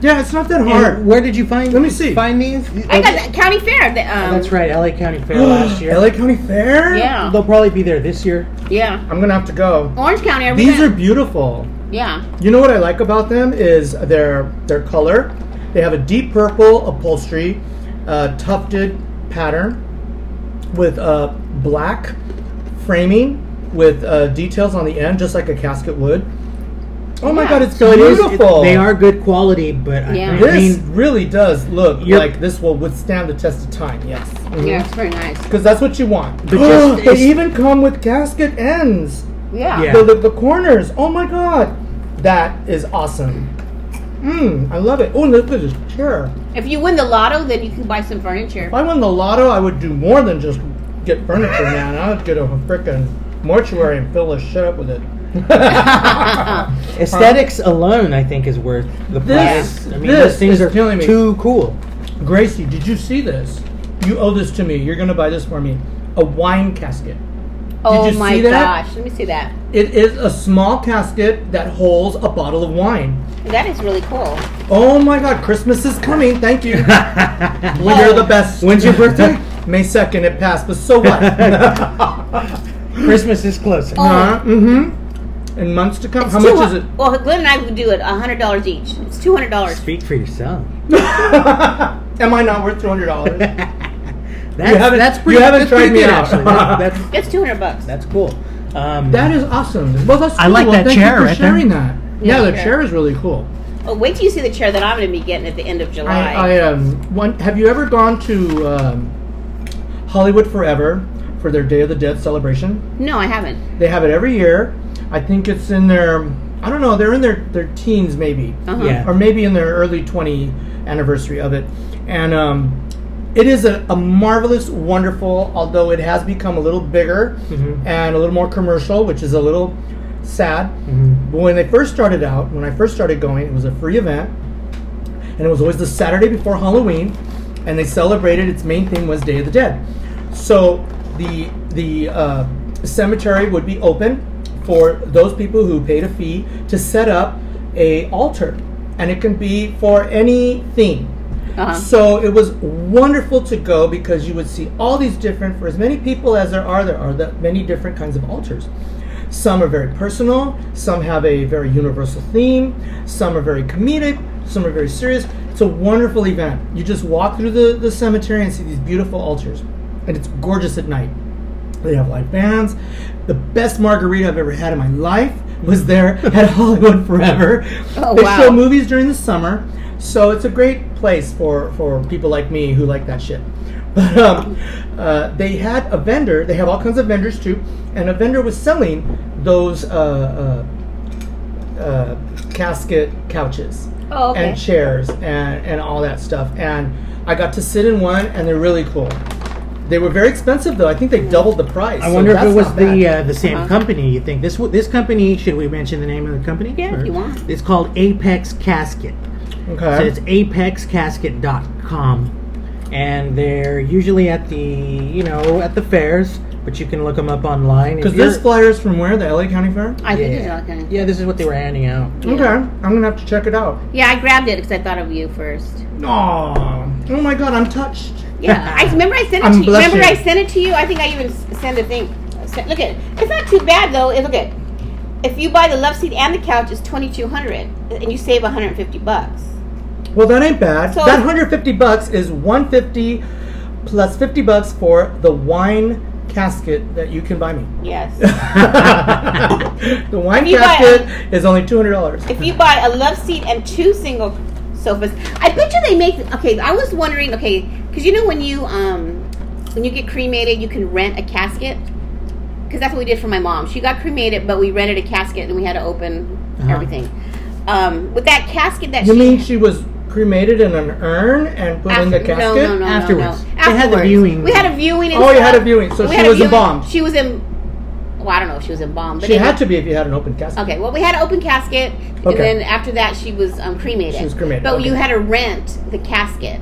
Speaker 4: yeah. it's not that
Speaker 3: And
Speaker 4: hard.
Speaker 3: where did you find?
Speaker 4: Let me see.
Speaker 3: Find these.
Speaker 2: I got that county fair. The,
Speaker 4: Oh,
Speaker 2: um,
Speaker 3: That's right, LA County
Speaker 4: (gasps)
Speaker 3: Fair last year.
Speaker 4: LA County Fair.
Speaker 2: Yeah,
Speaker 3: They'll probably be there this year.
Speaker 2: yeah.
Speaker 4: I'm gonna have to go.
Speaker 2: Orange County. Every
Speaker 4: These are
Speaker 2: time.
Speaker 4: beautiful.
Speaker 2: yeah.
Speaker 4: You know what I like about them is their their color. They have a deep purple upholstery, uh, tufted pattern with uh, black framing with uh, details on the end, just like a casket would. Oh my
Speaker 2: Yeah.
Speaker 4: God, it's
Speaker 3: It is- it-
Speaker 4: beautiful.
Speaker 3: they are good quality, but I-
Speaker 2: Yeah.
Speaker 3: I,
Speaker 4: This
Speaker 3: mean,
Speaker 4: really does look
Speaker 3: You're-
Speaker 4: like this will withstand the test of time. Yes,
Speaker 2: Yeah, it's very nice.
Speaker 4: because that's what you want.
Speaker 3: But
Speaker 4: (gasps)
Speaker 3: just-
Speaker 4: they even come with casket ends.
Speaker 2: Yeah.
Speaker 3: Yeah.
Speaker 4: The, the, the corners. Oh my god, that is awesome. Mmm, I love it. Oh, look at this chair.
Speaker 2: If you win the lotto, then you can buy some furniture.
Speaker 4: If I won the lotto, I would do more than just get furniture, man. I would get a freaking mortuary and fill this shit up with it.
Speaker 3: aesthetics alone, I think, is worth the price. I mean,
Speaker 4: this
Speaker 3: those things
Speaker 4: is
Speaker 3: are
Speaker 4: killing me.
Speaker 3: too
Speaker 4: (laughs)
Speaker 3: cool.
Speaker 4: Gracie, did you see this? You owe this to me. You're gonna buy this for me. A wine casket.
Speaker 2: oh
Speaker 4: you see
Speaker 2: my
Speaker 4: that?
Speaker 2: gosh, let me see that.
Speaker 4: It is a small casket that holds a bottle of wine.
Speaker 2: That is really cool.
Speaker 4: Oh my god, Christmas is coming. Thank
Speaker 3: (laughs)
Speaker 4: you. When you're the best.
Speaker 3: When's your birthday?
Speaker 4: (laughs) May 2nd, it passed, but so (laughs) what?
Speaker 3: Christmas is closer.
Speaker 2: Oh.
Speaker 4: mm-hmm. In months to come. How
Speaker 2: Two
Speaker 4: much
Speaker 2: hu-
Speaker 4: is it? (laughs)
Speaker 2: Well, Glenn and I would do it hundred dollars each. It's two hundred dollars.
Speaker 3: Speak for yourself.
Speaker 4: Am I not worth $200?
Speaker 3: That's,
Speaker 4: haven't-
Speaker 3: that's pretty.
Speaker 4: you haven't
Speaker 3: that's pretty
Speaker 4: tried me
Speaker 3: good,
Speaker 4: out.
Speaker 3: Actually. That- that's
Speaker 2: That's two hundred bucks.
Speaker 3: that's cool. Um,
Speaker 4: (laughs) that is awesome. Well, that's
Speaker 3: I
Speaker 4: cool.
Speaker 3: like
Speaker 4: Well,
Speaker 3: that
Speaker 4: thank
Speaker 3: chair
Speaker 4: you for
Speaker 3: right there.
Speaker 4: sharing that. Yeah,
Speaker 2: Yeah,
Speaker 4: the
Speaker 2: sure.
Speaker 4: chair is really cool.
Speaker 2: Oh, wait till you see the chair that I'm going to be getting at the end of July.
Speaker 4: I, I um, one, have you ever gone to um, Hollywood Forever for their Day of the Dead celebration?
Speaker 2: no, I haven't.
Speaker 4: They have it every year. I think it's in their, I don't know, they're in their, their teens maybe,
Speaker 2: Uh-huh.
Speaker 3: Yeah.
Speaker 4: or maybe in their early 20 anniversary of it. And um, it is a, a marvelous, wonderful, although it has become a little bigger
Speaker 3: Mhm.
Speaker 4: and a little more commercial, which is a little sad.
Speaker 3: Mhm.
Speaker 4: But when they first started out, when I first started going, it was a free event. And it was always the Saturday before Halloween. And they celebrated, its main thing was Day of the Dead. So the, the uh, cemetery would be open for those people who paid a fee to set up a altar. And it can be for any theme.
Speaker 2: Uh-huh.
Speaker 4: So it was wonderful to go because you would see all these different, for as many people as there are, there are that many different kinds of altars. Some are very personal, some have a very universal theme, some are very comedic, some are very serious. It's a wonderful event. You just walk through the, the cemetery and see these beautiful altars, and it's gorgeous at night. They have live bands. The best margarita I've ever had in my life was
Speaker 2: (laughs)
Speaker 4: there at Hollywood Forever.
Speaker 2: Oh,
Speaker 4: they
Speaker 2: wow.
Speaker 4: show movies during the summer, so it's a great place for, for people like me who like that shit. (laughs) But um, uh, they had a vendor. They have all kinds of vendors too, and a vendor was selling those uh, uh, uh, casket couches
Speaker 2: Oh, okay.
Speaker 4: and chairs and, and all that stuff. And I got to sit in one, and they're really cool. They were very expensive though. I think they doubled the price.
Speaker 3: I
Speaker 4: so
Speaker 3: wonder if
Speaker 4: that's
Speaker 3: it was
Speaker 4: not
Speaker 3: the
Speaker 4: bad.
Speaker 3: uh, the same
Speaker 2: Uh-huh.
Speaker 3: company. You think this w- this company? Should we mention the name of the company?
Speaker 2: Yeah, if
Speaker 3: Or-
Speaker 2: you want.
Speaker 3: It's called Apex Casket. uh, So
Speaker 4: okay.
Speaker 3: it's apexcasket.com, and they're usually at the you know at the fairs, but you can look them up online. If
Speaker 4: Because this
Speaker 3: you're-
Speaker 4: flyer is from where? The LA County Fair.
Speaker 2: I think it's
Speaker 3: yeah.
Speaker 2: not going
Speaker 3: yeah, this is what they were handing out.
Speaker 4: Okay, I'm gonna have to check it out.
Speaker 2: Yeah, I grabbed it because I thought of you (laughs) first.
Speaker 4: Aw. Oh my God, I'm touched.
Speaker 2: Yeah, I remember I sent it
Speaker 4: I'm
Speaker 2: to you. Remember I
Speaker 4: blushing.
Speaker 2: sent it to you? I think I even s- sent a thing. sent- Look at it. It's not too bad though. It- Look at it. If you buy the love seat and the couch, it's twenty two hundred, and you save one hundred and fifty bucks.
Speaker 4: Well, that ain't bad.
Speaker 2: So-
Speaker 4: that 150 bucks is 150 plus 50 bucks for the wine casket that you can buy
Speaker 3: (laughs)
Speaker 4: me.
Speaker 2: Yes.
Speaker 4: the wine
Speaker 2: If you buy-
Speaker 4: casket is only $200.
Speaker 2: if you buy a love seat and two single sofas, I bet you they make. Okay, I was wondering. Okay, because you know when you um when you get cremated, you can rent a casket. Because that's what we did for my mom. She got cremated, but we rented a casket and we had to open
Speaker 3: Uh-huh.
Speaker 2: everything. Um, with that casket that
Speaker 4: You
Speaker 2: she
Speaker 4: mean she was cremated in an urn and put in the
Speaker 2: After-
Speaker 4: casket?
Speaker 2: No, no, no,
Speaker 3: Afterwards.
Speaker 2: no, no.
Speaker 3: They had the
Speaker 2: Afterwards.
Speaker 3: viewing.
Speaker 2: We had a viewing. And
Speaker 4: Oh, you had
Speaker 2: stuff.
Speaker 4: a viewing, so
Speaker 2: We
Speaker 4: she
Speaker 2: had a
Speaker 4: was
Speaker 2: viewing.
Speaker 4: embalmed.
Speaker 2: She was in. Well, I don't know if she was embalmed, but
Speaker 4: She
Speaker 2: anyway.
Speaker 4: had to be if you had an open casket.
Speaker 2: Okay, well, we had an open casket,
Speaker 4: Okay.
Speaker 2: and then after that, she was um, cremated.
Speaker 4: She was cremated,
Speaker 2: But
Speaker 4: okay.
Speaker 2: you had to rent the casket.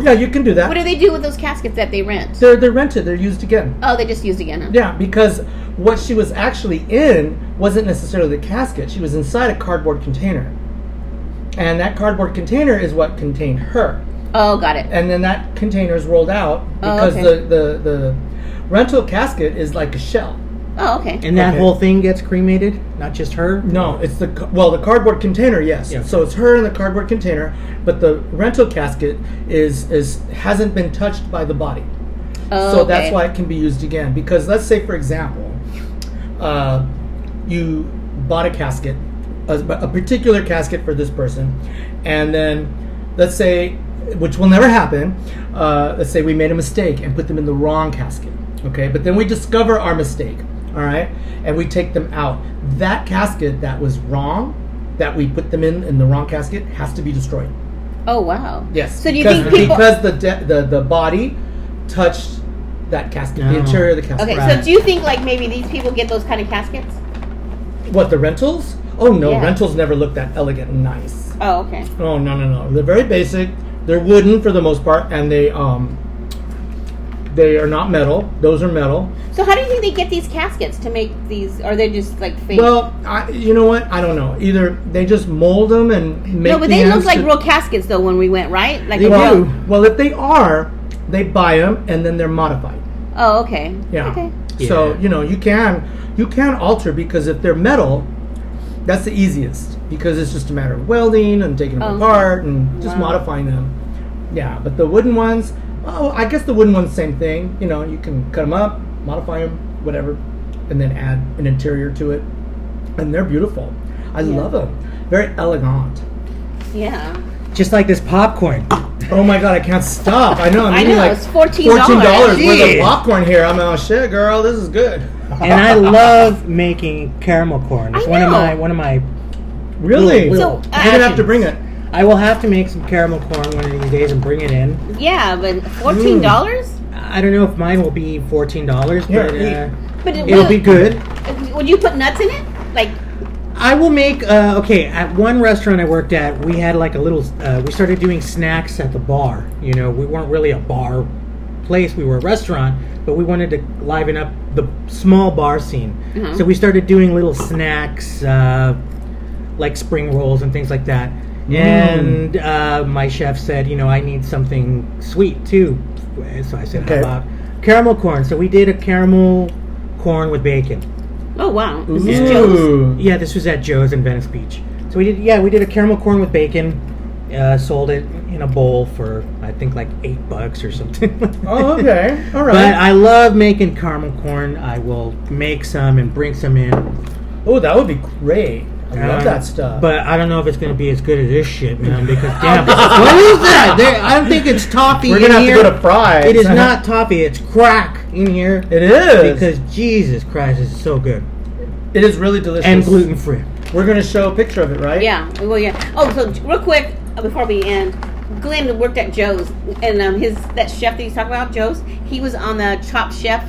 Speaker 4: Yeah, you can do that.
Speaker 2: What do they do with those caskets that they rent?
Speaker 4: they're, they're rented, they're used again.
Speaker 2: oh, they just used again. Huh?
Speaker 4: Yeah, because what she was actually in wasn't necessarily the casket. She was inside a cardboard container. And that cardboard container is what contained her.
Speaker 2: Oh, got it.
Speaker 4: And then that container is rolled out
Speaker 2: Oh,
Speaker 4: because
Speaker 2: okay.
Speaker 4: the, the, the rental casket is like a shell.
Speaker 2: Oh, okay.
Speaker 3: And that
Speaker 4: Okay.
Speaker 3: whole thing gets cremated, not just her.
Speaker 4: No, it's the ca- well, the cardboard container. Yes.
Speaker 3: Yeah.
Speaker 4: So it's her in the cardboard container, but the rental casket is is hasn't been touched by the body.
Speaker 2: Oh,
Speaker 4: so
Speaker 2: okay.
Speaker 4: that's why it can be used again. Because let's say, for example, uh, you bought a casket, a, a particular casket for this person, and then let's say, which will never happen, uh, let's say we made a mistake and put them in the wrong casket, okay? But then we discover our mistake, all right? And we take them out. That casket that was wrong, that we put them in in the wrong casket, has to be destroyed.
Speaker 2: Oh, wow.
Speaker 4: Yes.
Speaker 2: So do you
Speaker 4: because,
Speaker 2: think people?
Speaker 4: because the de- the the body touched that casket, the
Speaker 3: No.
Speaker 4: interior of the casket?
Speaker 2: okay, so
Speaker 3: Right.
Speaker 2: do you think like maybe these people get those kind of caskets?
Speaker 4: What the rentals? Oh no,
Speaker 2: Yeah.
Speaker 4: rentals never look that elegant and nice.
Speaker 2: Oh, okay.
Speaker 4: Oh no no no, they're very basic. They're wooden for the most part, and they um they are not metal. Those are metal.
Speaker 2: So how do you think they get these caskets to make these? Or they just like fake?
Speaker 4: Well, I, you know what? I don't know. Either they just mold them and make.
Speaker 2: no, but
Speaker 4: the
Speaker 2: they look
Speaker 4: ends
Speaker 2: like
Speaker 4: to-
Speaker 2: real caskets though when we went, right? Like
Speaker 3: They
Speaker 2: real-
Speaker 3: do.
Speaker 4: Well, if they are, they buy them and then they're modified.
Speaker 2: Oh, okay.
Speaker 4: Yeah.
Speaker 2: Okay.
Speaker 4: So
Speaker 3: Yeah.
Speaker 4: you know you can you can alter because if they're metal, that's the easiest because it's just a matter of welding and taking them
Speaker 2: Oh, okay.
Speaker 4: apart and just
Speaker 2: Wow.
Speaker 4: modifying them. Yeah, but the wooden ones, oh, I guess the wooden ones same thing. You know, you can cut them up, modify them, whatever, and then add an interior to it, and they're beautiful. I
Speaker 2: Yeah.
Speaker 4: love them. Very elegant.
Speaker 2: Yeah.
Speaker 3: Just like this popcorn.
Speaker 4: Oh my god, I can't stop. I know. I'm
Speaker 2: I
Speaker 4: eating
Speaker 2: know,
Speaker 4: like
Speaker 2: it's $14.
Speaker 4: dollars worth
Speaker 3: Jeez.
Speaker 4: of popcorn here. I'm like, oh shit, girl, this is good.
Speaker 3: and I love making caramel corn. It's
Speaker 2: I
Speaker 3: one of
Speaker 2: know.
Speaker 3: my one of my.
Speaker 4: Really?
Speaker 2: So,
Speaker 3: Little- little
Speaker 4: You're
Speaker 2: uh,
Speaker 4: gonna have to
Speaker 3: passions.
Speaker 4: bring it.
Speaker 3: I will have to make some caramel corn one of these days and bring it in.
Speaker 2: Yeah, but fourteen
Speaker 4: Mm.
Speaker 2: dollars.
Speaker 3: I don't know if mine will be fourteen dollars,
Speaker 4: Here,
Speaker 3: but
Speaker 4: eat.
Speaker 3: uh,
Speaker 2: But
Speaker 3: it'll be good.
Speaker 2: Would you put nuts in it? Like,
Speaker 3: I will make uh, okay. At one restaurant I worked at, we had like a little. Uh, we started doing snacks at the bar. You know, we weren't really a bar place; we were a restaurant, but we wanted to liven up the small bar scene.
Speaker 2: Mhm.
Speaker 3: So we started doing little snacks, uh, like spring rolls and things like that. And uh, my chef said, you know, I need something sweet too. So I said,
Speaker 4: Okay.
Speaker 3: how about caramel corn? So we did a caramel corn with bacon.
Speaker 2: oh wow, this
Speaker 4: Ooh.
Speaker 2: is Joe's.
Speaker 3: Yeah, this was at Joe's in Venice Beach. So we did, yeah, we did a caramel corn with bacon. Uh, sold it in a bowl for I think like eight bucks or something. (laughs)
Speaker 4: Oh, okay. All
Speaker 3: But
Speaker 4: right.
Speaker 3: I love making caramel corn. I will make some and bring some in.
Speaker 4: oh, that would be great. I love
Speaker 3: Um,
Speaker 4: that stuff. (laughs)
Speaker 3: But I don't know if it's gonna be as good as this shit, (laughs) man. Because damn, what is that? There, I don't think it's toffee.
Speaker 4: we're
Speaker 3: in
Speaker 4: gonna have
Speaker 3: here.
Speaker 4: to go to fries.
Speaker 3: It is not toffee. It's crack in here.
Speaker 4: (laughs) It is.
Speaker 3: because Jesus Christ, it's so good
Speaker 4: it is really delicious
Speaker 3: and gluten free.
Speaker 4: We're gonna show a picture of it, right?
Speaker 2: Yeah. Well, yeah. Oh, so real quick uh, before we end, Glenn worked at Joe's, and um, his that chef that he's talking about, Joe's, he was on the Chop Chef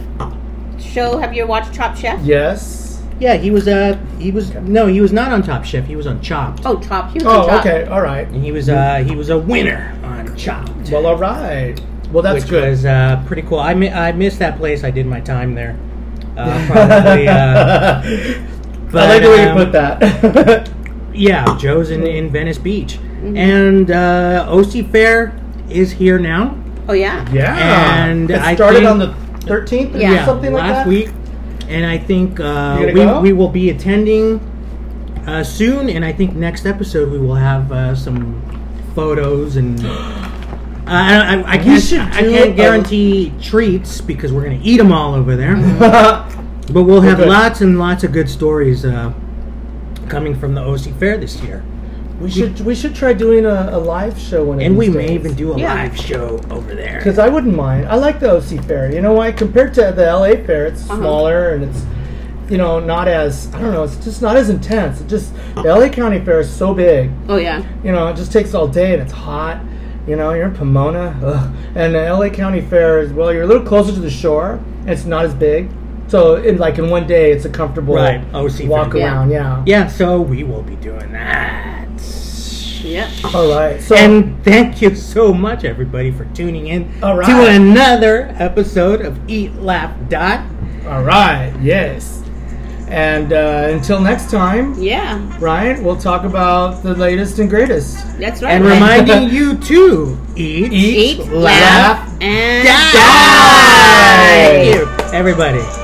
Speaker 2: show. Have you ever watched Chop Chef?
Speaker 4: Yes.
Speaker 3: Yeah, he was. Uh, he was no, he was not on Top Chef. He was on Chopped,
Speaker 2: Oh, Chop. He was on
Speaker 4: Oh,
Speaker 2: Chop.
Speaker 4: okay. All right.
Speaker 3: and he was. Uh, he was a winner on Chopped.
Speaker 4: Well, all right. Well, that's
Speaker 3: which
Speaker 4: good.
Speaker 3: was uh, pretty cool. I mi- I missed that place. I did my time there.
Speaker 4: (laughs)
Speaker 3: Uh, probably. Uh,
Speaker 4: I
Speaker 3: but,
Speaker 4: like the way
Speaker 3: um,
Speaker 4: you put that. (laughs)
Speaker 3: Yeah, Joe's in, in Venice Beach,
Speaker 4: Mm-hmm.
Speaker 3: and uh, OC Fair is here now.
Speaker 2: Oh yeah.
Speaker 4: yeah.
Speaker 3: And
Speaker 4: it
Speaker 3: I
Speaker 4: started
Speaker 3: think-
Speaker 4: on the 13th or
Speaker 2: Yeah.
Speaker 4: something like
Speaker 3: last
Speaker 4: that.
Speaker 3: week, and I think uh,
Speaker 4: You gonna go?
Speaker 3: we we will be attending uh, soon, and I think next episode we will have uh, some photos and. (gasps) uh, I, I, I
Speaker 4: We
Speaker 3: can't.
Speaker 4: should
Speaker 3: I
Speaker 4: do
Speaker 3: can't
Speaker 4: a-
Speaker 3: guarantee treats because we're gonna eat them all over there.
Speaker 4: (laughs)
Speaker 2: (laughs)
Speaker 4: yeah,
Speaker 3: (laughs) But we'll have
Speaker 4: Mm-hmm. good.
Speaker 3: lots and lots of good stories uh, coming from the OC Fair this year,
Speaker 4: we should we should try doing a, a live show one.
Speaker 3: and we may even do a
Speaker 2: Yeah.
Speaker 3: live show over there.
Speaker 4: because I wouldn't mind. I like the OC fair. You know why? Compared to the LA fair, it's smaller and it's you know not as I don't know. It's just not as intense. It just the LA County Fair is so big.
Speaker 2: Oh yeah.
Speaker 4: You know, it just takes all day and it's hot. You know, you're in Pomona, ugh. and the LA County Fair is well, you're a little closer to the shore. And it's not as big, so in like in one day, it's a comfortable
Speaker 3: Right, OC
Speaker 4: walk
Speaker 3: fair.
Speaker 2: Yeah.
Speaker 4: around. Yeah.
Speaker 3: Yeah, so we will be doing that.
Speaker 2: Yep.
Speaker 4: All right. So
Speaker 3: And thank you so much, everybody, for tuning in
Speaker 4: All right.
Speaker 3: to another episode of Eat Laugh Dot.
Speaker 4: all right. Yes. And uh, until next time.
Speaker 2: Yeah.
Speaker 4: Ryan, we'll talk about the latest and greatest.
Speaker 2: That's right.
Speaker 3: And reminding you to eat,
Speaker 4: Eat,
Speaker 2: eat, laugh, and
Speaker 3: die.
Speaker 2: die.
Speaker 3: Thank you, everybody.